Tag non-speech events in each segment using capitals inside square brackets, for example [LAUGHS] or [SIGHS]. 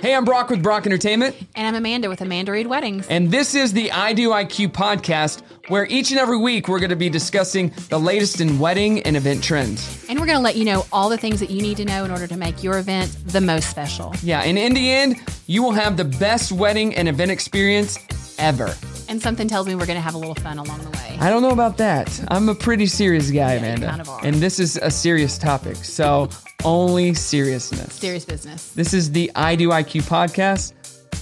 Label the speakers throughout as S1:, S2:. S1: Hey, I'm Brock with Brock Entertainment,
S2: And I'm Amanda with Amanda Reed Weddings.
S1: and this is the I Do IQ podcast, where each and every week we're going to be discussing the latest in wedding and event trends.
S2: And we're going to let you know all the things that you need to know in order to make your event the most special.
S1: Yeah, and in the end, you will have the best wedding and event experience ever.
S2: And something tells me we're going to have a little fun along the way.
S1: I don't know about that. I'm a pretty serious guy, Amanda.
S2: kind of are.
S1: And this is a serious topic, so only seriousness.
S2: Serious business.
S1: This is the I Do IQ podcast.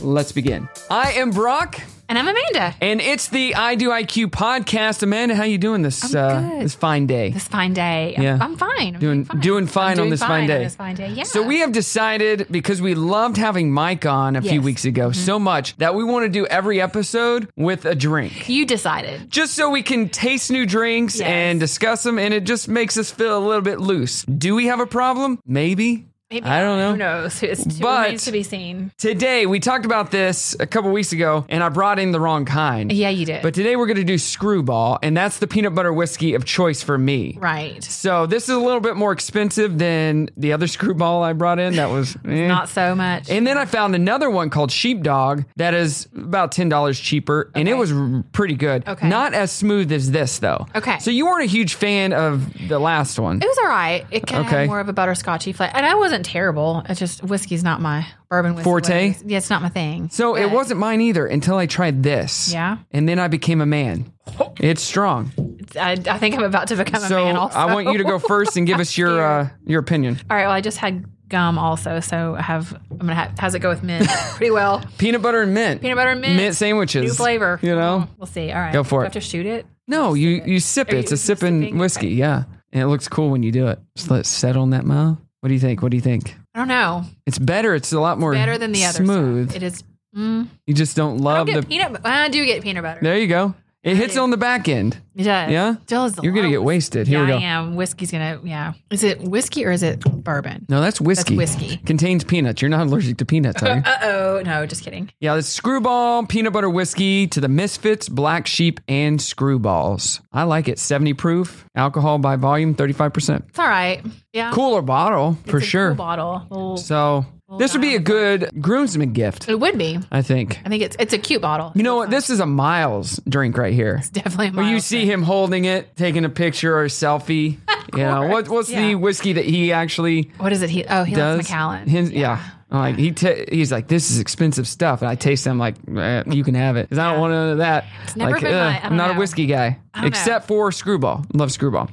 S1: Let's begin. I am Brock,
S2: And I'm Amanda.
S1: and it's the I Do IQ podcast. Amanda, how you doing this uh,
S2: good.
S1: this fine day?
S2: This fine day. I'm-
S1: Yeah.
S2: I'm fine. I'm
S1: doing doing fine
S2: I'm
S1: on
S2: doing
S1: this fine, day.
S2: On this fine day. Yeah.
S1: So we have decided because we loved having Mike on a few
S2: Yes. Mm-hmm.
S1: weeks ago so much that we want to do every episode with a drink.
S2: You decided.
S1: just so we can taste new drinks
S2: Yes.
S1: and discuss them, and it just makes us feel a little bit loose. Do we have a problem? Maybe.
S2: Maybe
S1: I don't know.
S2: Who knows? It's too
S1: But-
S2: remains to be seen.
S1: Today, we talked about this a couple weeks ago, and I brought in the wrong kind.
S2: Yeah, you did.
S1: But today, we're going to do screwball, and that's the peanut butter whiskey of choice for me.
S2: right.
S1: So, this is a little bit more expensive than the other [LAUGHS] screwball I brought in. That was. eh.
S2: Not so much.
S1: And then I found another one called Sheepdog that is about ten dollars cheaper, and it was r- pretty good.
S2: Okay.
S1: Not as smooth as this though.
S2: Okay.
S1: So you weren't a huge fan of the last one.
S2: it was all right. It kind of
S1: Okay.
S2: had more of a butterscotchy flavor. And I wasn't terrible. It's just whiskey's not my bourbon whiskey.
S1: Forte?
S2: whiskey. Yeah, it's not my thing.
S1: So it
S2: But
S1: wasn't mine either until I tried this.
S2: Yeah.
S1: And then I became a man. It's strong.
S2: I, I think I'm about to become a
S1: so
S2: man also.
S1: I want you to go first and give
S2: [LAUGHS]
S1: us your uh, your opinion.
S2: All right. Well, I just had gum also, so I have. I'm gonna. Have, how's it go
S1: [LAUGHS]
S2: with mint? Pretty well.
S1: Peanut butter and mint.
S2: Peanut butter and mint.
S1: Mint sandwiches.
S2: New flavor.
S1: You know?
S2: We'll see. All right.
S1: Go for
S2: Do I
S1: it.
S2: Have to shoot it.
S1: No, you you sip it.
S2: you-
S1: It's a
S2: you
S1: sipping
S2: sipping?
S1: whiskey. Yeah. And it looks cool when you do it. Just let it settle in that mouth. What do you think? What do you think?
S2: I don't know.
S1: It's better. It's a lot more
S2: Better than the other. stuff.
S1: smooth.
S2: It is. Mm,
S1: You just don't
S2: I
S1: love
S2: don't
S1: the.
S2: get peanut. bu- I do get peanut butter.
S1: there you go. It hits on the back end.
S2: It does.
S1: Yeah?
S2: Still is the
S1: You're gonna get
S2: lowest.
S1: wasted. Here we
S2: yeah,
S1: go.
S2: I am. Whiskey's gonna. Yeah. Is it whiskey or is it bourbon?
S1: No, that's whiskey.
S2: whiskey.
S1: Contains peanuts. You're not allergic to peanuts,
S2: [LAUGHS]
S1: are you?
S2: Uh oh. No, just kidding.
S1: yeah, this screwball peanut butter whiskey to the misfits, black sheep, and screwballs. I like it. 70 proof, alcohol by volume, 35%.
S2: It's all right. Yeah.
S1: Cooler bottle for
S2: It's a
S1: sure.
S2: Cool bottle. Well,
S1: So this would be a good groomsman gift,
S2: it would be.
S1: I think.
S2: I think it's it's a cute bottle.
S1: You know what? This is a Miles drink right here.
S2: Definitely. A
S1: Well, you
S2: mild
S1: see him holding it, taking a picture or a selfie. you know, what, what's the
S2: yeah.
S1: whiskey that he actually
S2: What is it? He oh he
S1: does?
S2: likes Macallan.
S1: His- yeah. I'm Like he ta he's like this is expensive stuff, and I taste them like eh, you can have it 'Cause I don't want none of that.
S2: never
S1: like,
S2: been my- I
S1: I'm
S2: don't
S1: not a
S2: know.
S1: whiskey guy
S2: don't
S1: except for screwball. Love
S2: [LAUGHS]
S1: screwball.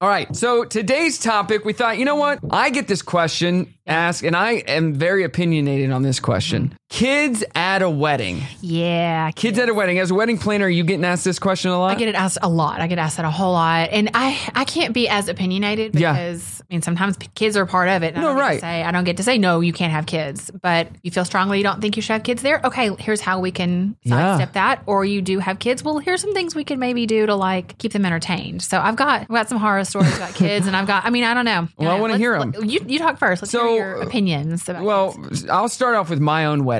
S1: All right, so today's topic, we thought, you know what? I get this question asked, and I am very opinionated on this question. Kids at a wedding.
S2: Yeah.
S1: Kids at a wedding. As a wedding planner, are you getting asked this question a lot?
S2: I get it asked a lot. I get asked that a whole lot, and I I can't be as opinionated
S1: Yeah.
S2: because I mean sometimes p- kids are part of it. and I
S1: No,
S2: don't get to
S1: right.
S2: say I don't get to say no, you can't have kids, but you feel strongly you don't think you should have kids there. Okay, here's how we can
S1: Yeah.
S2: sidestep that, or you do have kids. Well, here's some things we could maybe do to like keep them entertained. So I've got I've got some horror stories
S1: [LAUGHS]
S2: about kids, and I've got I mean I don't know.
S1: Well, I
S2: don't know.
S1: wanna
S2: Let's-
S1: hear 'em.
S2: let- You you talk first. Let's
S1: So,
S2: hear your opinions. About
S1: Well, I'll start off with my own wedding.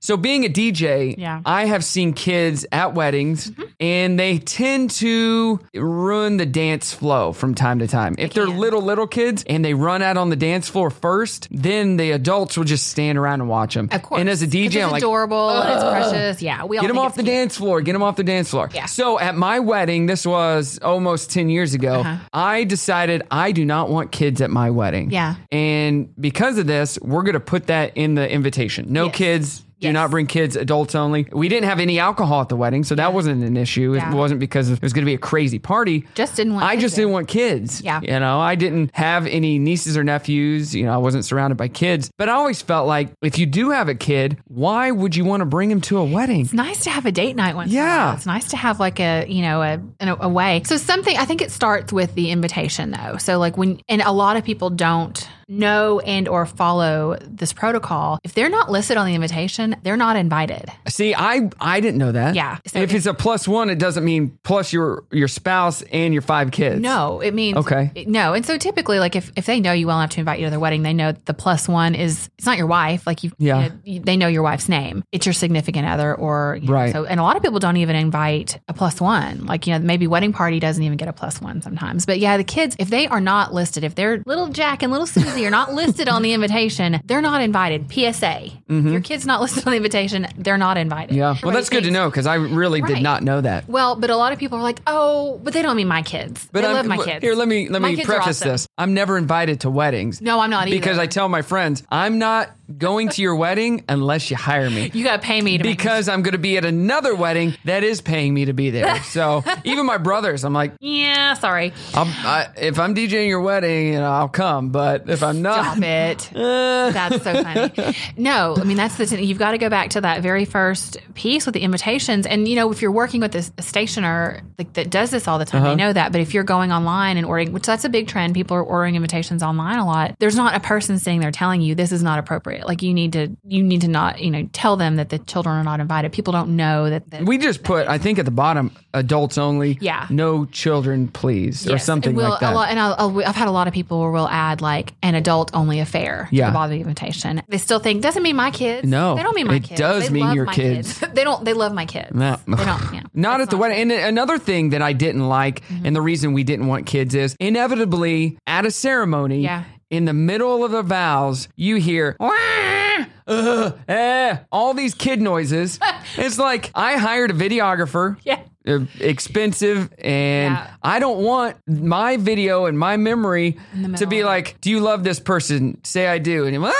S1: So, being a DJ,
S2: Mm-hmm. Yeah. Mm-hmm.
S1: I have seen kids at weddings and they tend to ruin the dance flow from time to time. if they're
S2: can.
S1: little, little kids and they run out on the dance floor first, then the adults will just stand around and watch them.
S2: of course.
S1: And as a
S2: 'Cause
S1: DJ,
S2: it's
S1: I'm like,
S2: adorable and it's precious. Yeah, we all
S1: Get them
S2: think
S1: off
S2: it's
S1: the
S2: cute.
S1: dance floor. Get them off the dance floor.
S2: Yeah.
S1: So at my wedding, this was almost 10 years ago,
S2: Uh-huh.
S1: I decided I do not want kids at my wedding.
S2: Yeah.
S1: And because of this, we're going to put that in the invitation. No
S2: Yes.
S1: kids. Do
S2: Yes.
S1: not bring kids, adults only. We didn't have any alcohol at the wedding, so that wasn't an issue.
S2: Yeah.
S1: It wasn't because it was going to be a crazy party.
S2: Just didn't want
S1: I
S2: kids
S1: just
S2: there.
S1: didn't want kids.
S2: Yeah.
S1: You know, I didn't have any nieces or nephews. You know, I wasn't surrounded by kids. But I always felt like if you do have a kid, why would you want to bring him to a wedding?
S2: it's nice to have a date night once. in a
S1: Yeah.
S2: while. it's nice to have like a you know a an, a way. So something I think it starts with the invitation though. So like when and a lot of people don't know and or follow this protocol. If they're not listed on the invitation, they're not invited.
S1: See, I I didn't know that.
S2: Yeah.
S1: and if it's a plus one, it doesn't mean plus your your spouse and your five kids.
S2: No, it means
S1: Okay.
S2: it- no, and so typically, like if, if they know you well enough to invite you to their wedding, they know the plus one is it's not your wife. Like you, you
S1: Yeah.
S2: know, you- they know your wife's name. It's your significant other, or you know,
S1: Right.
S2: so, and a lot of people don't even invite a plus one. Like you know, maybe wedding party doesn't even get a plus one sometimes. But yeah, the kids if they are not listed, if they're little Jack and little Susie kids that are not listed on the invitation, they're not invited. PSA. If your kid's not [LAUGHS] listed on the invitation, they're not invited.
S1: Mm-hmm. Yeah. Well,
S2: Everybody
S1: that's good to
S2: thinks-
S1: know because I really did
S2: Right.
S1: not know that.
S2: Well, but a lot of people are like, oh, but they don't mean my kids.
S1: But
S2: they
S1: I'm,
S2: love my
S1: but
S2: kids.
S1: Here, let me let
S2: My
S1: me
S2: kids are
S1: preface
S2: awesome.
S1: this. I'm never invited to weddings.
S2: No, I'm not either.
S1: because I tell my friends I'm not going to your wedding unless you hire me.
S2: you got to pay me to make
S1: Because I'm going to be at another wedding that is paying me to be
S2: [LAUGHS]
S1: there. So even my brothers, I'm like,
S2: Yeah, sorry.
S1: I'm, I, if I'm DJing your wedding, you know, I'll come. But if I'm not,
S2: Stop it.
S1: [LAUGHS] uh,
S2: That's so funny. No, I mean that's the thing. you've got to go back to that very first piece with the invitations, and you know if you're working with this a stationer like, that does this all the time,
S1: Uh-huh.
S2: they know that. But if you're going online and ordering, which that's a big trend, people are ordering invitations online a lot. There's not a person sitting there telling you this is not appropriate. Like you need to you need to not you know tell them that the children are not invited. People don't know that. that
S1: we just put, I think at the bottom, adults only.
S2: Yeah.
S1: No children, please, or
S2: Yes,
S1: something
S2: and we'll,
S1: like
S2: A
S1: that.
S2: lot, and I'll, I'll, I've had a lot of people where we'll add like an adult only affair to
S1: Yeah.
S2: the bottom of the invitation. They still think doesn't mean my kids.
S1: No,
S2: they don't mean my
S1: it
S2: kids.
S1: does
S2: They
S1: mean
S2: love
S1: your
S2: my
S1: kids.
S2: [LAUGHS] they don't. They love my kids.
S1: No.
S2: They don't. Yeah.
S1: [LAUGHS] Not at the wedding. And another thing that I didn't like,
S2: Mm-hmm.
S1: and the reason we didn't want kids is inevitably at a ceremony,
S2: Yeah.
S1: in the middle of the vows, you hear. "Wah, uh, eh," all these kid
S2: [LAUGHS]
S1: noises. it's like I hired a videographer.
S2: Yeah.
S1: uh, Expensive, and
S2: Yeah.
S1: I don't want my video and my memory
S2: the
S1: to be
S2: middle of
S1: like, "Do you love this person?" Say, "I do," and "Ah,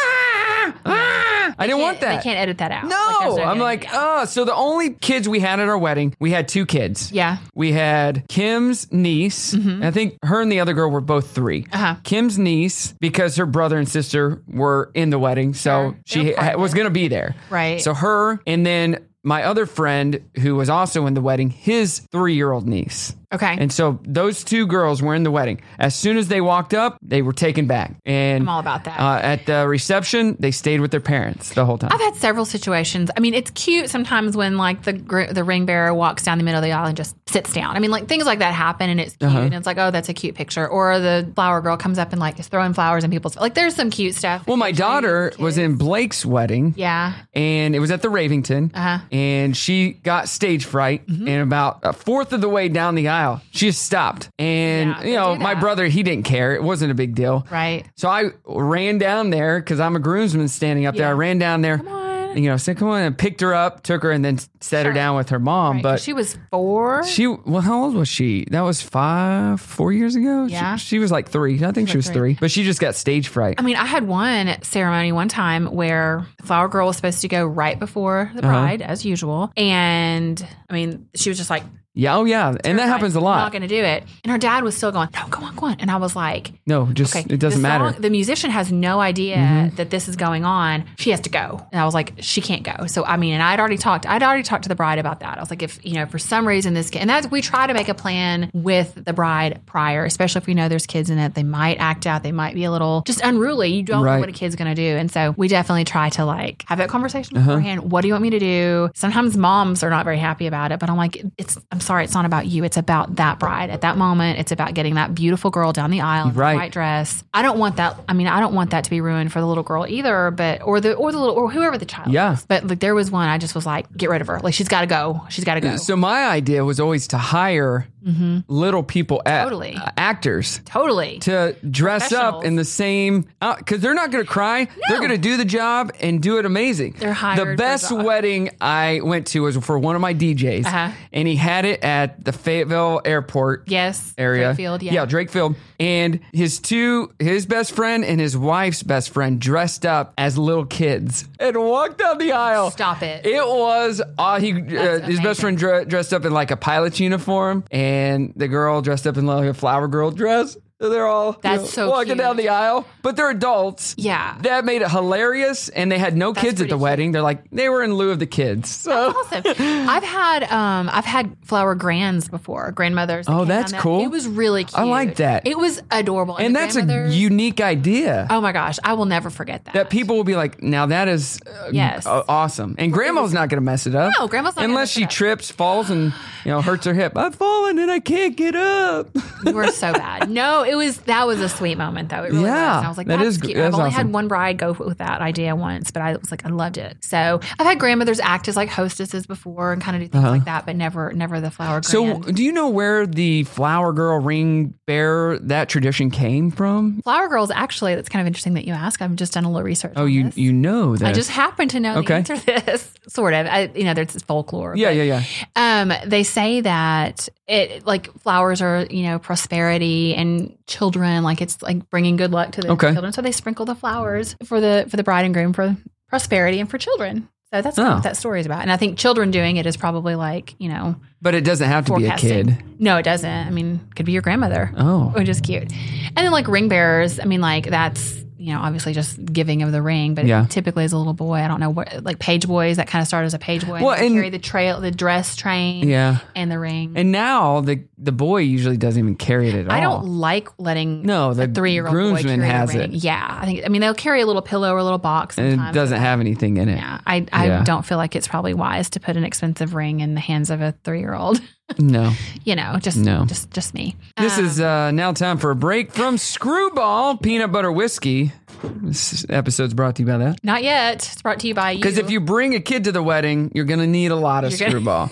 S1: ah." I didn't want
S2: Can't-
S1: that.
S2: They can't edit that out. Like,
S1: No,
S2: there's
S1: I'm
S2: getting-
S1: like,
S2: yeah.
S1: oh, so the only kids we had at our wedding, we had two kids.
S2: Yeah. Mm-hmm.
S1: We had Kim's niece. I think her and the other girl were both 3
S2: Uh-huh.
S1: Kim's niece, because her brother and sister were in the wedding, so
S2: Sure.
S1: she
S2: They were part
S1: ha-
S2: of
S1: was
S2: it.
S1: going to be there.
S2: Right.
S1: So her, and then my other friend who was also in the wedding, his three year old niece.
S2: okay.
S1: And so those two girls were in the wedding. As soon as they walked up, they were taken back. And
S2: I'm all about that.
S1: Uh, at the reception, they stayed with their parents the whole time.
S2: I've had several situations. I mean, it's cute sometimes when like the gr- the ring bearer walks down the middle of the aisle and just sits down. I mean, like things like that happen, and it's cute,
S1: Uh-huh.
S2: and it's like, oh, that's a cute picture. Or the flower girl comes up and like is throwing flowers in people's like. There's some cute stuff.
S1: Well, my daughter was in Blake's wedding.
S2: Yeah.
S1: And it was at the Ravington.
S2: Uh-huh. Mm-hmm.
S1: And she got stage fright. And about a fourth of the way down the aisle, she just stopped. And,
S2: Yeah,
S1: you know,
S2: they do
S1: my
S2: that.
S1: brother, he didn't care. It wasn't a big deal.
S2: Right.
S1: So I ran down there because I'm a groomsman standing up there. I
S2: Yeah.
S1: ran down there.
S2: on.
S1: You know, said, come on, and picked her up, took her, and then set her
S2: Sure.
S1: down with her mom. But
S2: she was four.
S1: she, well, how old was she? That was five, four years ago. She-
S2: Yeah.
S1: She, was like three. I think she was
S2: like
S1: three.
S2: three.
S1: But she just got stage fright.
S2: I mean, I had one ceremony one time where Flower Girl was supposed to go right before
S1: Uh-huh.
S2: the bride, as usual. And I mean, she was just like,
S1: yeah. Oh, yeah. And that
S2: "I'm
S1: happens a
S2: not
S1: lot.
S2: going to do it. And her dad was still going, no, go on, go on. And I was like,
S1: No, just
S2: okay,
S1: it doesn't
S2: the
S1: matter. Mm-hmm.
S2: song- the musician has no idea that this is going on. She has to go. And I was like, she can't go. So I mean, and I'd already talked. I'd already talked to the bride about that. I was like, if you know, for some reason this kid, and that's we try to make a plan with the bride prior, especially if we know there's kids in it. They might act out. They might be a little just unruly. You don't
S1: Right.
S2: know what a kid's going to do, and so we definitely try to like have that conversation
S1: Uh-huh.
S2: beforehand. What do you want me to do? Sometimes moms are not very happy about it, but I'm like, it's. I'm sorry, it's not about you. It's about that bride at that moment. It's about getting that beautiful girl down the aisle, in the
S1: Right.
S2: white dress. I don't want that. I mean, I don't want that to be ruined for the little girl either, but or the or the little or whoever the child.
S1: Yeah.
S2: Is. But like there was one, I just was like, get rid of her. Like she's got to go. She's got to go.
S1: So my idea was always to hire little people, a-
S2: Mm-hmm. Totally.
S1: uh, actors,
S2: totally.
S1: to dress up in the same because they're not going to cry. They're going to do the job and do it amazing.
S2: They're hired for
S1: The
S2: the
S1: best
S2: job.
S1: wedding I went to was for one of my DJs,
S2: Uh-huh.
S1: and he had it at the Fayetteville Airport.
S2: yes.
S1: area.
S2: Field. Yeah.
S1: yeah, Drake Field. And his two, his best friend and his wife's best friend dressed up as little kids and walked down the aisle.
S2: Stop it.
S1: It was, uh, he, uh, his best
S2: amazing.
S1: friend dre- dressed up in like a pilot's uniform and the girl dressed up in like a flower girl dress. So They're all you
S2: That's
S1: know,
S2: so
S1: walking
S2: cute.
S1: down the aisle, but they're adults.
S2: Yeah.
S1: That made it hilarious. And they had no kids at
S2: pretty
S1: the
S2: cute.
S1: wedding. They're like, they were in lieu of the kids. So
S2: awesome. I've had um I've had flower grands before, grandmothers. that
S1: Oh,
S2: came
S1: that's
S2: down that-
S1: cool.
S2: It was really cute.
S1: I like that.
S2: It was adorable.
S1: and
S2: the
S1: that's a
S2: grandmothers-
S1: unique idea.
S2: Oh my gosh, I will never forget that.
S1: that people will be like, now that is uh,
S2: Yes.
S1: uh, awesome. And grandma's not going to mess it up.
S2: No, grandma's not gonna
S1: Unless
S2: mess
S1: she
S2: it up.
S1: trips, falls, and you know hurts her hip. I've fallen and I can't get up. [LAUGHS]
S2: You were so bad. No, it was that was a sweet moment though. It really
S1: Yeah.
S2: was. And I was like,
S1: That
S2: that's
S1: is gr-
S2: cute.
S1: that's
S2: I've only
S1: awesome.
S2: had one bride go with that idea once, but I was like, I loved it. So I've had grandmothers act as like hostesses before and kind of do things
S1: Uh-huh.
S2: like that, but never never the flower.
S1: So,
S2: grand.
S1: do you know where the flower girl ring bearer that tradition came from?
S2: flower girls actually. That's kind of interesting that you ask. I've just done a little research.
S1: Oh,
S2: on
S1: you
S2: this.
S1: you know that.
S2: I just happen to know
S1: Okay.
S2: the answer to this, [LAUGHS] sort of. I, you know, there's this folklore.
S1: yeah,
S2: but,
S1: yeah, yeah.
S2: Um, they say that it like flowers are you know prosperity and children, like it's like bringing good luck to the
S1: Okay.
S2: children. So they sprinkle the flowers for the for the bride and groom for prosperity and for children. So that's kind of
S1: Oh.
S2: what that story is about. And I think children doing it is probably like you know,
S1: But it doesn't have to be a
S2: Forecasting.
S1: kid.
S2: no, it doesn't. I mean, could be your grandmother
S1: Oh,
S2: which is cute. And then like ring bearers, I mean, like that's you know obviously just giving of the ring, but
S1: Yeah.
S2: typically as a little boy, I don't know what like page boys that kind of started as a page boy.
S1: Well,
S2: and they
S1: and-
S2: carry the trail, the dress train,
S1: yeah.
S2: and the ring.
S1: And now the the boy usually doesn't even carry it at all.
S2: I don't like letting
S1: No, the
S2: a three year old boy
S1: groomsman
S2: carry
S1: has
S2: the ring.
S1: it.
S2: Yeah, I think I mean they'll carry a little pillow or a little box.
S1: And it
S2: sometimes.
S1: doesn't have anything in it.
S2: Yeah, I, I
S1: Yeah.
S2: don't feel like it's probably wise to put an expensive ring in the hands of a three year old.
S1: No.
S2: [LAUGHS] you know, just
S1: No.
S2: just just me.
S1: This
S2: Um,
S1: is uh, now time for a break from Screwball Peanut Butter Whiskey. This episode's brought to you by that.
S2: not yet. It's brought to you by you.
S1: Because if you bring a kid to the wedding, you're going to need a lot of
S2: You're gonna- [LAUGHS]
S1: Screwball.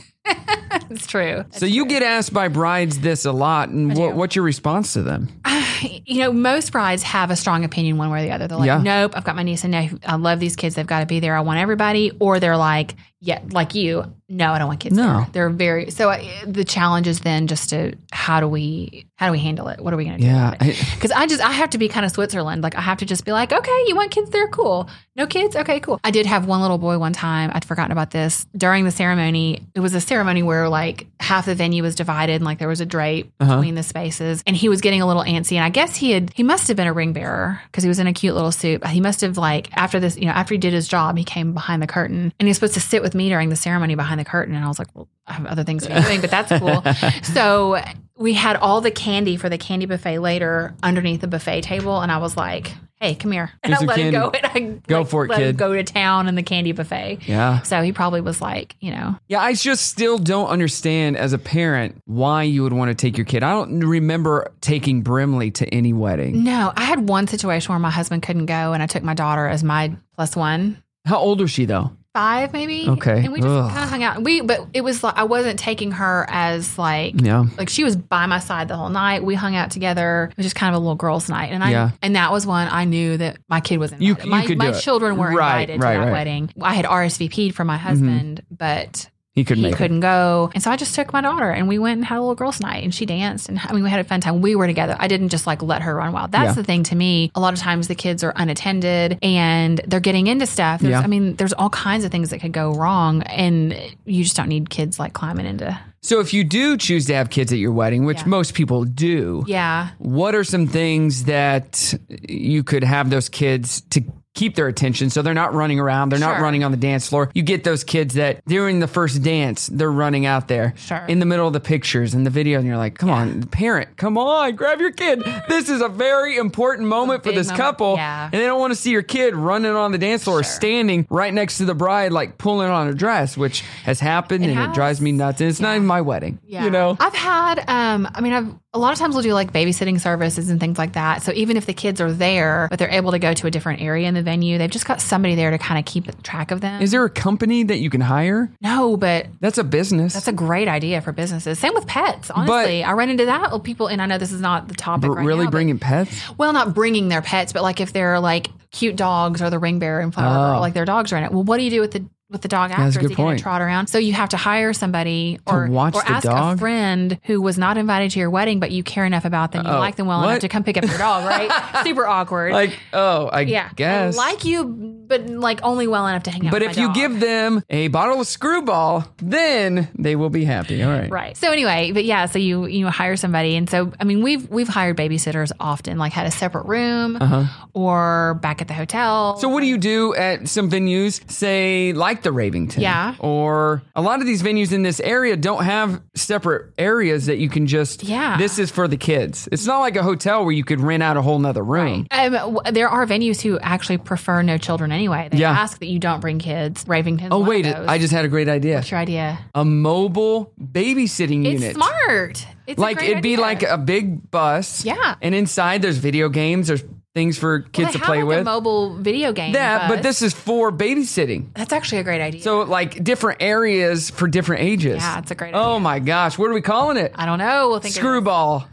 S2: it's true.
S1: so you get asked by brides this a lot, and what,
S2: do.
S1: what's your response to them?
S2: [LAUGHS] you know, most brides have a strong opinion one way or the other. They're like,
S1: Yeah.
S2: nope, I've got my niece and nephew. I love these kids. They've got to be there. I want everybody. Or they're like, yeah, like you, no, I don't want kids.
S1: No.
S2: there. They're very, so I, the challenge is then just to, how do we, how do we handle it? What are we going to do?
S1: Yeah, I-
S2: Because I just, I have to be kind of Switzerland. Like I have to just be like, okay, you want kids? They're cool. No kids? Okay, cool. I did have one little boy one time. I'd forgotten about this during the ceremony. It was a ceremony where like half the venue was divided and like there was a drape
S1: Uh-huh.
S2: between the spaces and he was getting a little antsy and i guess he had he must have been a ring bearer because he was in a cute little suit he must have like after this you know after he did his job he came behind the curtain and he was supposed to sit with me during the ceremony behind the curtain and i was like well i have other
S1: [LAUGHS]
S2: things to be doing but that's cool so we had all the candy for the candy buffet later underneath the buffet table and i was like hey come here and
S1: Here's
S2: i
S1: some
S2: let him go and
S1: candy.
S2: i
S1: Go
S2: like,
S1: for it,
S2: let him
S1: kid.
S2: go to town in the candy buffet
S1: Yeah.
S2: so he probably was like you know
S1: Yeah, I just still don't understand as a parent why you would want to take your kid. I don't remember taking Brimley to any wedding.
S2: No, I had one situation where my husband couldn't go, and I took my daughter as my plus one,
S1: How old was she though?
S2: five maybe.
S1: Okay.
S2: and we just
S1: Ugh.
S2: kind of hung out. We, but it was like I wasn't taking her as like.
S1: Yeah.
S2: Like she was by my side the whole night. We hung out together. It was just kind of a little girls' night, and I
S1: Yeah.
S2: and that was one I knew that my kid was invited.
S1: You- you
S2: my
S1: could
S2: my
S1: do it.
S2: children were
S1: Right,
S2: invited
S1: right,
S2: to that
S1: right. Mm-hmm.
S2: wedding. I had RSVP'd for my husband, but
S1: He could
S2: he
S1: make it.
S2: couldn't go. And so I just took my daughter and we went and had a little girls' night and she danced. And I mean, we had a fun time. We were together. I didn't just like let her run wild. That's
S1: Yeah.
S2: the thing to me. A lot of times the kids are unattended and they're getting into stuff. There's,
S1: Yeah.
S2: I mean, there's all kinds of things that could go wrong. And you just don't need kids like climbing into.
S1: So if you do choose to have kids at your wedding, which
S2: Yeah.
S1: most people do,
S2: Yeah.
S1: what are some things that you could have those kids to keep their attention so they're not running around, they're not
S2: Sure.
S1: running on the dance floor. You get those kids that during the first dance, they're running out there
S2: Sure.
S1: in the middle of the pictures and the video and you're like, "Come on, parent, come on, grab your kid. This is a very important moment for
S2: big
S1: this
S2: moment,
S1: couple."
S2: yeah.
S1: And they don't want to see your kid running on the dance floor, or
S2: Sure.
S1: standing right next to the bride like pulling on her dress, which has happened
S2: It
S1: and it
S2: has.
S1: drives me nuts. And it's not even my wedding, you know.
S2: I've had, um, I mean, I've a lot of times we'll do like babysitting services and things like that. So even if the kids are there, but they're able to go to a different area in the venue, they've just got somebody there to kind of keep track of them.
S1: Is there a company that you can hire?
S2: no, but
S1: That's a business.
S2: That's a great idea for businesses. Same with pets. Honestly, I ran into that with people, and I know this is not the topic.
S1: But
S2: right
S1: really
S2: now,
S1: bringing pets?
S2: But, well, not bringing their pets, but like if they're like cute dogs or the ring bearer and flower, girl,
S1: Oh.
S2: like their dogs are in it. Well, what do you do with the with the dog
S1: a
S2: after?
S1: good
S2: Is he going
S1: point.
S2: to trot around? So you have to hire somebody or
S1: watch
S2: or
S1: the
S2: ask
S1: dog?
S2: a friend who was not invited to your wedding, but you care enough about them, you
S1: Uh-oh.
S2: like them well enough
S1: Oh, What?
S2: to come pick up your dog.
S1: [LAUGHS]
S2: Right? Super awkward.
S1: Like, oh, I
S2: yeah,
S1: guess.
S2: I like you, but like only well enough to hang out.
S1: but
S2: with
S1: if
S2: my
S1: you
S2: dog.
S1: give them a bottle of screwball, then they will be happy. All right.
S2: Right. So anyway, but yeah, so you you hire somebody, and so I mean, we've we've hired babysitters often, like had a separate
S1: Uh-huh.
S2: room or back at the hotel.
S1: So what do you do at some venues? Say, like like the Ravington.
S2: Yeah.
S1: Or a lot of these venues in this area don't have separate areas that you can just,
S2: Yeah.
S1: this is for the kids. It's not like a hotel where you could rent out a whole nother room.
S2: Um, w- there are venues who actually prefer no children anyway. They
S1: Yeah.
S2: ask that you don't bring kids. Ravington.
S1: Oh, wait, I just had a great idea.
S2: What's your idea?
S1: A mobile babysitting
S2: It's
S1: unit.
S2: smart. It's a
S1: like
S2: great
S1: it'd be
S2: idea.
S1: like a big bus.
S2: Yeah.
S1: And inside there's video games, there's things for
S2: They
S1: kids to
S2: have,
S1: play
S2: like,
S1: with.
S2: a mobile video game.
S1: that, but
S2: bus.
S1: this is for babysitting.
S2: that's actually a great idea.
S1: So like different areas for different ages.
S2: Yeah, it's a great
S1: Oh my gosh, what are we calling it?
S2: I don't know. We'll think of-
S1: Screwball.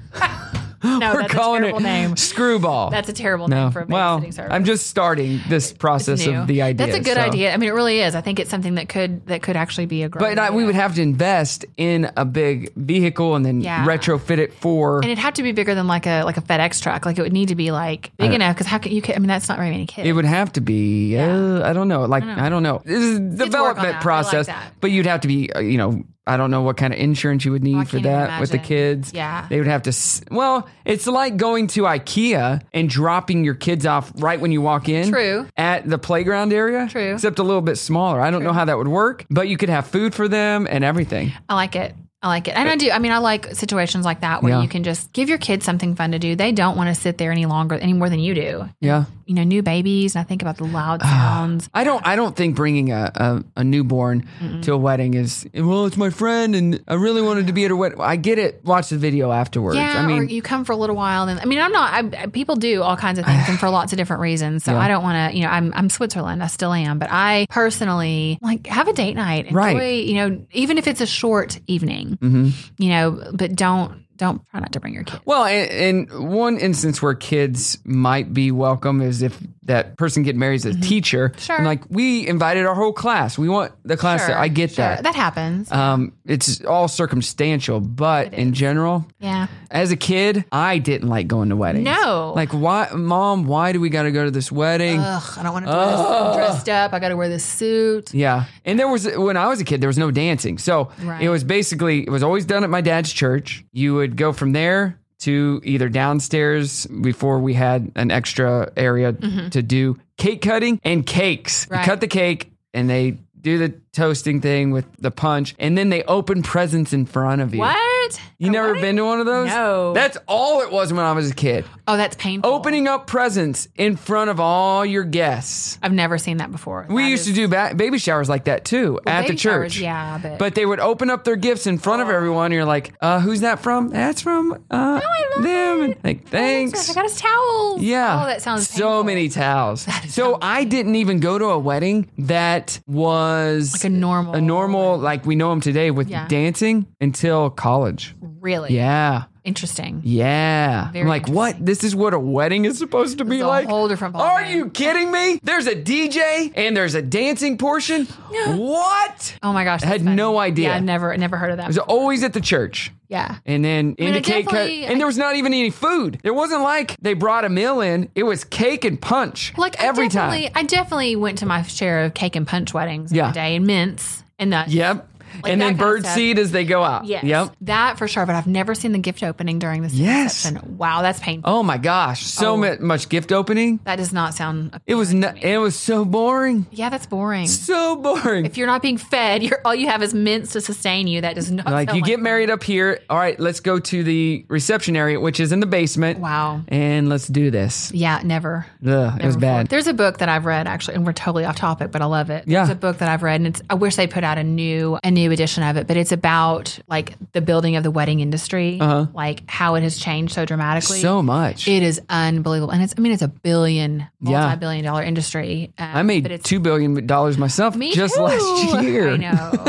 S1: [LAUGHS] We're
S2: No, Oh, that's a
S1: calling
S2: terrible
S1: it
S2: name.
S1: [LAUGHS] Screwball.
S2: That's a terrible
S1: no.
S2: name for a babysitting
S1: well,
S2: service.
S1: I'm just starting this process
S2: new.
S1: of the idea.
S2: That's a good
S1: so.
S2: idea. I mean, it really is. I think it's something that could that could actually be a great.
S1: But I, we
S2: idea.
S1: would have to invest in a big vehicle and then
S2: Yeah.
S1: retrofit it for.
S2: and it'd have to be bigger than like a like a FedEx truck. Like it would need to be like big enough because how could you? Could, I mean, that's not very many kids.
S1: It would have to be. Uh, I don't know. Like I don't know. This is
S2: that. I
S1: development
S2: like
S1: process,
S2: that.
S1: but you'd have to be. uh, You know, I don't know what kind of insurance you would need for
S2: Oh, can't even
S1: that with the
S2: imagine.
S1: kids.
S2: Yeah.
S1: they would have to. s- Well, it's like going to IKEA and dropping your kids off right when you walk in.
S2: True.
S1: At the playground area.
S2: True.
S1: Except a little bit smaller. I don't know how that would work, but you could have food for them and everything.
S2: I like it. I like it. And I do. I mean, I like situations like that where
S1: Yeah.
S2: you can just give your kids something fun to do. They don't want to sit there any longer, any more than you do.
S1: Yeah.
S2: You know, new babies. And I think about the loud
S1: Ah.
S2: sounds.
S1: I don't. I don't think bringing a, a, a newborn to a wedding is well. It's my friend, and I really wanted to be at her wedding. I get it. Watch the video afterwards.
S2: Yeah,
S1: I
S2: or
S1: mean,
S2: you come for a little while, and I mean, I'm not. I, people do all kinds of
S1: [SIGHS]
S2: things, and for lots of different reasons. So I don't want to, you know, I'm I'm Switzerland. I still am, but I personally like have a date night. Enjoy,
S1: Right. Mm-hmm.
S2: You know, even if it's a short evening. You know, but don't don't try not to bring your kid.
S1: well, in, in one instance where kids might be welcome is if that person getting married is a teacher.
S2: Mm-hmm. Sure.
S1: And like we invited our whole class. We want the class. to, I get
S2: sure.
S1: that.
S2: That happens.
S1: Um, it's all circumstantial, but in general,
S2: yeah.
S1: As a kid, I didn't like going to weddings.
S2: No.
S1: Like, why, mom, why do we got to go to this wedding?
S2: Ugh, I don't want to dress I'm dressed up. I got to wear this suit.
S1: Yeah. And there was, when I was a kid, there was no dancing. So
S2: Right.
S1: it was basically, it was always done at my dad's church. You would go from there to either downstairs before we had an extra area to do cake cutting and cakes. You
S2: Mm-hmm. Right.
S1: cut the cake and they do the toasting thing with the punch and then they open presents in front of you.
S2: What?
S1: You never
S2: What?
S1: been to one of those?
S2: No.
S1: That's all it was when I was a kid.
S2: Oh, that's painful.
S1: opening up presents in front of all your guests.
S2: I've never seen that Oh, before.
S1: We used to do ba- baby showers like that too at the
S2: baby showers,
S1: church.
S2: yeah, but-
S1: they would open up their gifts in front of everyone. And you're like, uh, "Who's that from? That's from uh,
S2: Oh, love
S1: them."
S2: it.
S1: And like,
S2: I
S1: thanks.
S2: got his towels.
S1: Yeah.
S2: Oh, that sounds
S1: so
S2: painful.
S1: many towels. So I didn't even go to a wedding that was
S2: Like a normal-
S1: a normal like we know them today with
S2: Yeah.
S1: dancing until college.
S2: Really?
S1: Yeah.
S2: Interesting.
S1: Yeah.
S2: Very
S1: I'm like, what? This is what a wedding is supposed to be
S2: is a
S1: like?
S2: whole different
S1: Are
S2: ballgame.
S1: you kidding me? There's a DJ and there's a dancing portion? what?
S2: Oh my gosh.
S1: I had
S2: that's funny.
S1: no idea.
S2: Yeah, I've never never heard of that.
S1: It was always at the church.
S2: yeah.
S1: And then in
S2: mean,
S1: the
S2: I
S1: cake cut.
S2: definitely-
S1: And there was not even any food. There wasn't like they brought a meal in. It was cake and punch.
S2: Like I
S1: every
S2: definitely,
S1: time.
S2: I definitely went to my share of cake and punch weddings
S1: Yeah.
S2: yeah. day and mints and that.
S1: Yep.
S2: Like
S1: and
S2: that
S1: then
S2: kind of
S1: bird
S2: stuff.
S1: seed as they go out.
S2: Yes.
S1: Yep.
S2: That for sure. But I've never seen the gift opening during this.
S1: Yes.
S2: reception. Wow. That's painful.
S1: Oh my gosh. So mu- much gift opening.
S2: That does not sound.
S1: It was n- it was so boring.
S2: Yeah, that's boring.
S1: So boring.
S2: If you're not being fed, you're all you have is mints to sustain you. That does not
S1: like
S2: sound
S1: you get married up here. All right, let's go to the reception area, which is in the basement.
S2: Wow.
S1: And let's do this.
S2: Yeah, never.
S1: Ugh, it was bad.
S2: There's a book that I've read actually, and we're totally off topic, but I love it.
S1: Yeah.
S2: There's a book that I've read, and it's I wish they put out a new a new edition of it, but it's about like the building of the wedding industry, like how it has changed so dramatically.
S1: Uh-huh. So much.
S2: it is unbelievable, and it's I mean it's a billion
S1: Yeah.
S2: multi billion dollar industry. Um,
S1: I made two billion dollars myself
S2: me
S1: just
S2: too.
S1: last year.
S2: [LAUGHS] I know,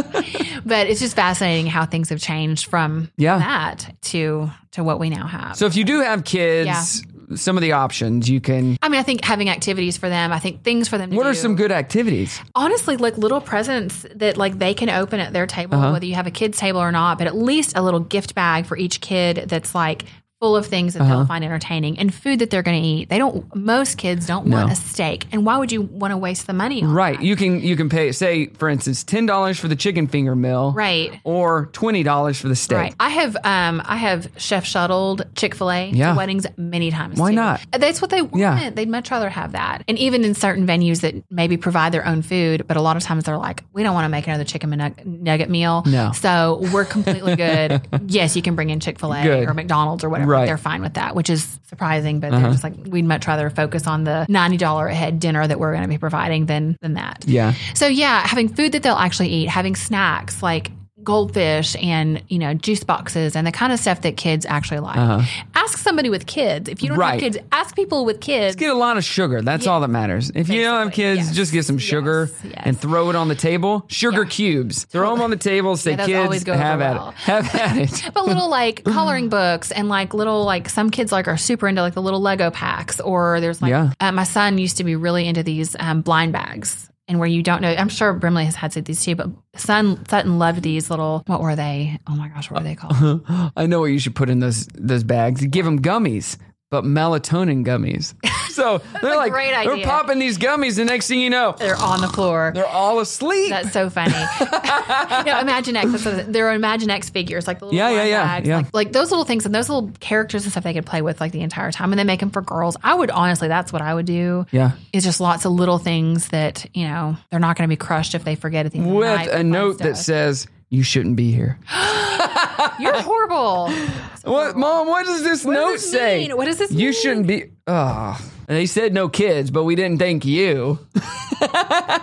S2: but it's just fascinating how things have changed from
S1: Yeah.
S2: that to to what we now have.
S1: So if you do have kids, some of the options you can.
S2: I mean, I think having activities for them, I think things for them. To
S1: What are
S2: do.
S1: some good activities?
S2: honestly like little presents that like they can open
S1: Uh-huh.
S2: at their table whether you have a kids table or not but at least a little gift bag for each kid that's like full of things that
S1: Uh-huh.
S2: they'll find entertaining and food that they're going to eat. They don't. Most kids don't
S1: No.
S2: want a steak, and why would you want to waste the money on
S1: Right.
S2: that?
S1: You can you can pay say for instance ten dollars for the chicken finger meal.
S2: Right.
S1: Or twenty dollars for the steak.
S2: Right. I have um I have chef shuttled Chick fil A
S1: Yeah.
S2: to weddings many times.
S1: Why
S2: too. Uh,
S1: not?
S2: That's what they want.
S1: Yeah.
S2: They'd much rather have that. And even in certain venues that maybe provide their own food, but a lot of times they're like, we don't want to make another chicken nug- nugget meal.
S1: No.
S2: So we're
S1: [LAUGHS]
S2: completely good. yes, you can bring in Chick fil A
S1: Good.
S2: or McDonald's or whatever.
S1: Right. Uh-huh.
S2: They're fine with that, which is surprising, but they're just like, we'd much rather focus on the ninety dollar a head dinner that we're going to be providing than than that.
S1: Yeah.
S2: So yeah, having food that they'll actually eat, having snacks like goldfish and you know juice boxes and the kind of stuff that kids actually like. Ask somebody with kids. If you don't
S1: Uh-huh. Right.
S2: have kids, ask people with kids.
S1: Get a lot of sugar. That's all that matters. If you don't have
S2: Basically,
S1: kids,
S2: yes.
S1: just get some
S2: Yes,
S1: sugar
S2: yes.
S1: and throw it on the table. Sugar cubes. Throw them on the table. Say,
S2: those
S1: kids,
S2: always go over
S1: have at
S2: well."
S1: it. [LAUGHS] Have at it.
S2: but
S1: [LAUGHS]
S2: little like coloring books and like little like some kids like are super into like the little Lego packs or there's like
S1: Yeah.
S2: uh, my son used to be really into these um, blind bags and where you don't know I'm sure Brimley has had these too but son Sutton loved these little what were they oh my gosh what were they called
S1: [LAUGHS] I know what you should put in those those bags. Give them gummies, but melatonin
S2: [LAUGHS]
S1: gummies. So they're
S2: a
S1: like
S2: great
S1: they're
S2: idea.
S1: popping these gummies. The next thing you know,
S2: they're on the floor
S1: they're all asleep.
S2: That's so funny. [LAUGHS] no, Imagine X. That's what, there are Imagine X figures, like the little
S1: Yeah, yeah,
S2: blind
S1: yeah,
S2: bags,
S1: yeah.
S2: Like, like those little things and those little characters and stuff they could play with like the entire time. And they make them for girls. I would honestly, that's what I would do.
S1: yeah.
S2: It's just lots of little things that you know they're not going to be crushed if they forget at the end of the night,
S1: With a
S2: fun
S1: note that
S2: stuff.
S1: says you shouldn't be here.
S2: "You're horrible."
S1: What, mom? What does this
S2: does
S1: note
S2: this
S1: say?
S2: mean? What does this
S1: You
S2: mean?
S1: shouldn't be. Oh, they said no kids, but we didn't thank you.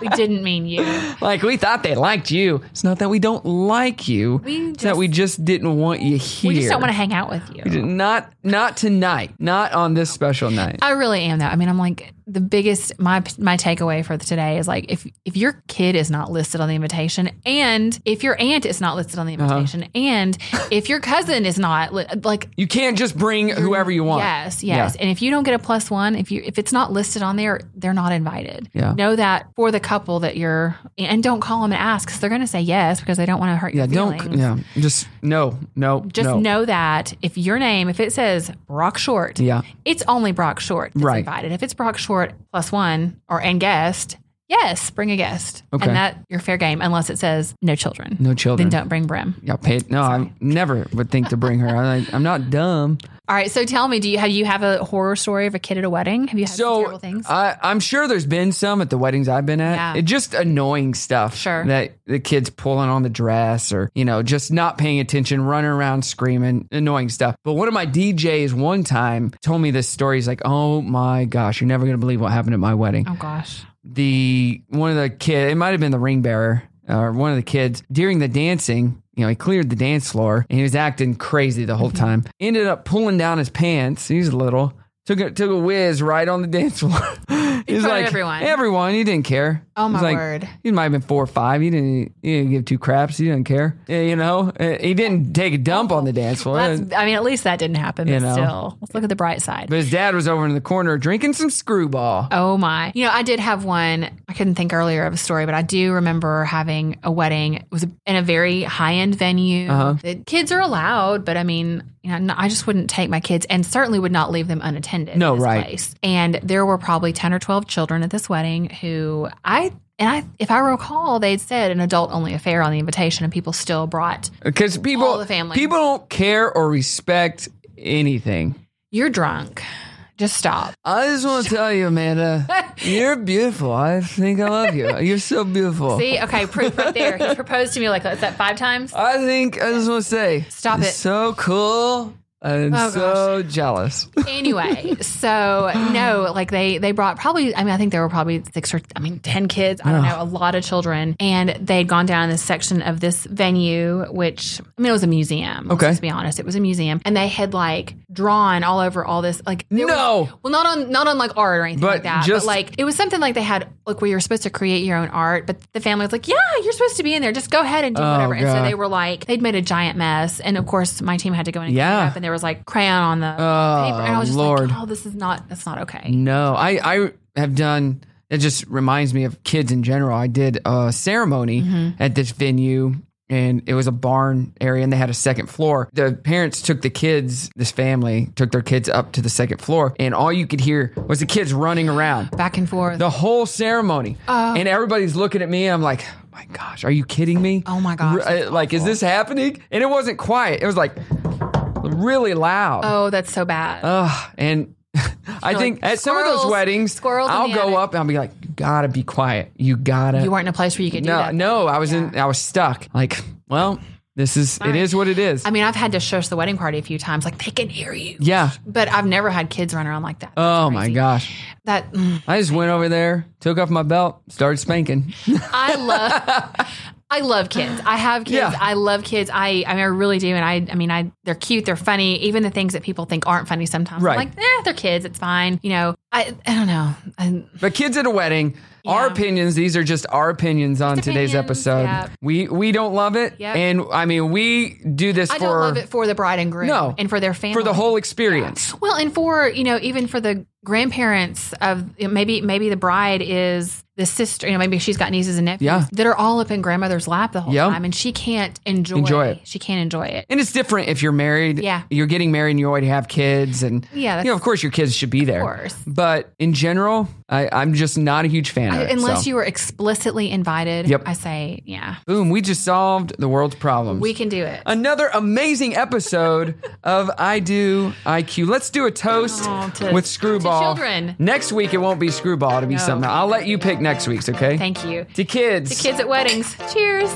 S2: we didn't mean you.
S1: Like we thought they liked you. It's not that we don't like you.
S2: We
S1: it's that we just didn't want you here.
S2: We just don't want to hang out with you.
S1: Not not tonight. Not on this special night.
S2: I really am though. I mean, I'm like the biggest my my takeaway for today is like if if your kid is not listed on the invitation, and if your aunt is not listed on
S1: Uh-huh.
S2: the invitation, and if your cousin is not li- like
S1: You can't just bring whoever you want.
S2: Mm, yes, yes, and if you don't get a plus one, if you if it's not listed on there, they're not invited.
S1: Yeah.
S2: Know that for the couple that you're, and don't call them and ask because they're going to say yes because they don't want to hurt
S1: Yeah,
S2: your
S1: don't.
S2: feelings.
S1: Yeah, just no, no,
S2: Just
S1: no.
S2: know that if your name, if it says Brock Short,
S1: Yeah.
S2: it's only Brock Short that's
S1: Right.
S2: invited. If it's Brock Short plus one or and guest, yes, bring a guest.
S1: Okay.
S2: And that you're fair game, unless it says no children.
S1: No
S2: Then
S1: children.
S2: don't bring Brim.
S1: Yeah, paid. No, I never would think to bring her. I, I'm not dumb.
S2: All right. So tell me, do you have you have a horror story of a kid at a wedding? Have you had some
S1: So uh,
S2: terrible things?
S1: I, I'm sure there's been some at the weddings I've been at.
S2: Yeah.
S1: It just annoying stuff.
S2: Sure.
S1: That the kids pulling on the dress or, you know, just not paying attention, running around screaming, annoying stuff. But one of my DJs one time told me this story. He's like, oh my gosh, you're never going to believe what happened at my wedding.
S2: oh gosh.
S1: the one of the kid it might have been the ring bearer uh, or one of the kids during the dancing you know he cleared the dance floor and he was acting crazy the
S2: Mm-hmm.
S1: whole time ended up pulling down his pants he was little took a took a whiz right on the [LAUGHS] dance floor he's
S2: front of
S1: like
S2: everyone.
S1: everyone he didn't care
S2: Oh,
S1: He's
S2: my
S1: like,
S2: word.
S1: he might have been four or five he didn't he didn't give two craps he didn't care Uh, you know Uh, he didn't take a dump on the dance floor
S2: Well, that's, I mean, at least that didn't happen, but
S1: uh, You know.
S2: still. Let's look at the bright side.
S1: but his dad was over in the corner drinking some screwball
S2: Oh my. You know, I did have one. I couldn't think earlier of a story, but I do remember having a wedding. It was in a very high end venue.
S1: Uh-huh.
S2: The kids are allowed, but I mean, you know, no- I just wouldn't take my kids and certainly would not leave them unattended.
S1: No,
S2: in this
S1: right.
S2: Place. And there were probably 10 or 12 children at this wedding who I, and I, if I recall, they'd said an adult only affair on the invitation and people still brought,
S1: Because people,
S2: All the family.
S1: people don't care or respect anything.
S2: you're drunk. Just stop.
S1: I just
S2: [LAUGHS]
S1: want to tell you, Amanda, you're beautiful. I think I love you. You're so beautiful.
S2: [LAUGHS] See, okay, proof right there. He proposed to me like, is that five times?
S1: I think I just want to say,
S2: Stop
S1: you're
S2: it.
S1: So cool. I'm
S2: Oh,
S1: so jealous.
S2: anyway, so no, like they they brought probably I mean I think there were probably six or I mean ten kids I don't know a lot of children and they'd gone down this section of this venue which I mean it was a museum let's
S1: Okay.
S2: just be honest it was a museum and they had like drawn all over all this like there was-
S1: No.
S2: well not on not on like art or anything
S1: But
S2: like that
S1: just-
S2: but like it was something like they had like where you're supposed to create your own art but the family was like yeah you're supposed to be in there just go ahead and do
S1: Oh,
S2: whatever and so
S1: God.
S2: they were like they'd made a giant mess and of course my team had to go in and
S1: Yeah.
S2: clean it up and there was like crayon on the
S1: Oh,
S2: paper. And I was just
S1: Lord.
S2: like, oh, this is not, that's not okay.
S1: No, I, I have done.
S2: Mm-hmm.
S1: It just reminds me of kids in general. I did a ceremony at this venue and it was a barn area and they had a second floor. The parents took the kids, this family took their kids up to the second floor and all you could hear was the kids running around
S2: back and forth.
S1: the whole ceremony.
S2: Uh.
S1: and everybody's looking at me. I'm like, oh my gosh, are you kidding me?
S2: Oh my gosh,
S1: R- uh, Like, is this happening? And it wasn't quiet. It was like really loud.
S2: oh, that's so bad.
S1: Ugh. And [LAUGHS] I think
S2: like,
S1: at some of those
S2: squirrels-
S1: weddings,
S2: squirrels in
S1: I'll
S2: the
S1: go
S2: attic.
S1: up and I'll be like, you gotta be quiet. You gotta.
S2: you weren't in a place where you could do
S1: no,
S2: that.
S1: no, I was in, I was stuck. Like, well, this is, it is what it is.
S2: I mean, I've had to shush the wedding party a few times. Like they can hear you.
S1: yeah.
S2: But I've never had kids run around like that.
S1: Oh my gosh.
S2: that mm,
S1: I just went over there, took off my belt, started
S2: [LAUGHS]
S1: spanking.
S2: I love.
S1: [LAUGHS]
S2: I love kids. I have kids.
S1: Yeah.
S2: I love kids. I I mean, I really do. And I I mean, I they're cute. They're funny. Even the things that people think aren't funny sometimes. I'm
S1: Right.
S2: like, eh, they're kids. It's fine. You know. I I don't know. I,
S1: But kids at a wedding, our
S2: Yeah.
S1: opinions, these are just our opinions on today's
S2: opinions,
S1: episode.
S2: yeah.
S1: We we don't love it.
S2: Yep.
S1: And I mean we do this
S2: I
S1: for
S2: don't love it for the bride and groom.
S1: No.
S2: And for their family.
S1: for the whole experience.
S2: Well, and for you know, even for the grandparents of maybe maybe the bride is the sister. You know, maybe she's got nieces and nephews
S1: Yeah.
S2: that are all up in grandmother's lap the whole
S1: Yeah.
S2: time, and she can't enjoy,
S1: Enjoy it.
S2: She can't enjoy it.
S1: And it's different if you're married.
S2: Yeah.
S1: You're getting married and you already have kids and
S2: Yeah, that's-
S1: you know, of course your kids should be there.
S2: course.
S1: But in general, I, I'm just not a huge fan of it.
S2: Uh, Unless
S1: so.
S2: you were explicitly invited,
S1: Yep.
S2: I say, yeah,
S1: Boom, we just solved the world's problems.
S2: we can do it.
S1: Another amazing
S2: [LAUGHS]
S1: episode of I Do IQ. Let's do a toast
S2: Oh, to-
S1: with
S2: to
S1: Screwball.
S2: children.
S1: Next week it won't be Screwball. It'll be something. I'll let you pick next week's. Okay.
S2: Thank you.
S1: To kids.
S2: The kids at weddings. Cheers.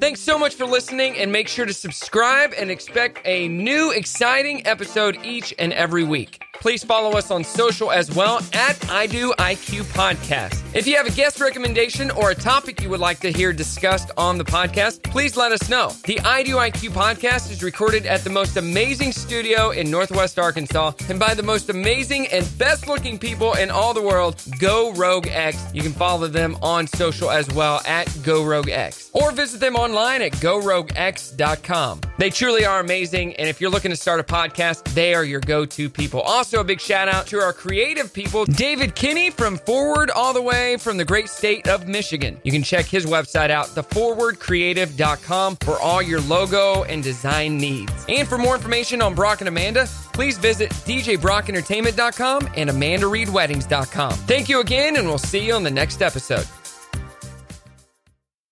S1: Thanks so much for listening, and make sure to subscribe and expect a new exciting episode each and every week. Please follow us on social as well at I Do IQ Podcast. If you have a guest recommendation or a topic you would like to hear discussed on the podcast, please let us know. The I Do IQ Podcast is recorded at the most amazing studio in Northwest Arkansas and by the most amazing and best looking people in all the world, Go Rogue X. You can follow them on social as well at Go Rogue X or visit them online at goroguex.com. They truly are amazing. And if you're looking to start a podcast, they are your go to people. Also, a big shout out to our creative people, David Kinney from Forward, all the way from the great state of Michigan. You can check his website out, theforwardcreative.com, for all your logo and design needs. And for more information on Brock and Amanda, please visit djbrockentertainment.com and amandareedweddings.com. Thank you again, and we'll see you on the next episode.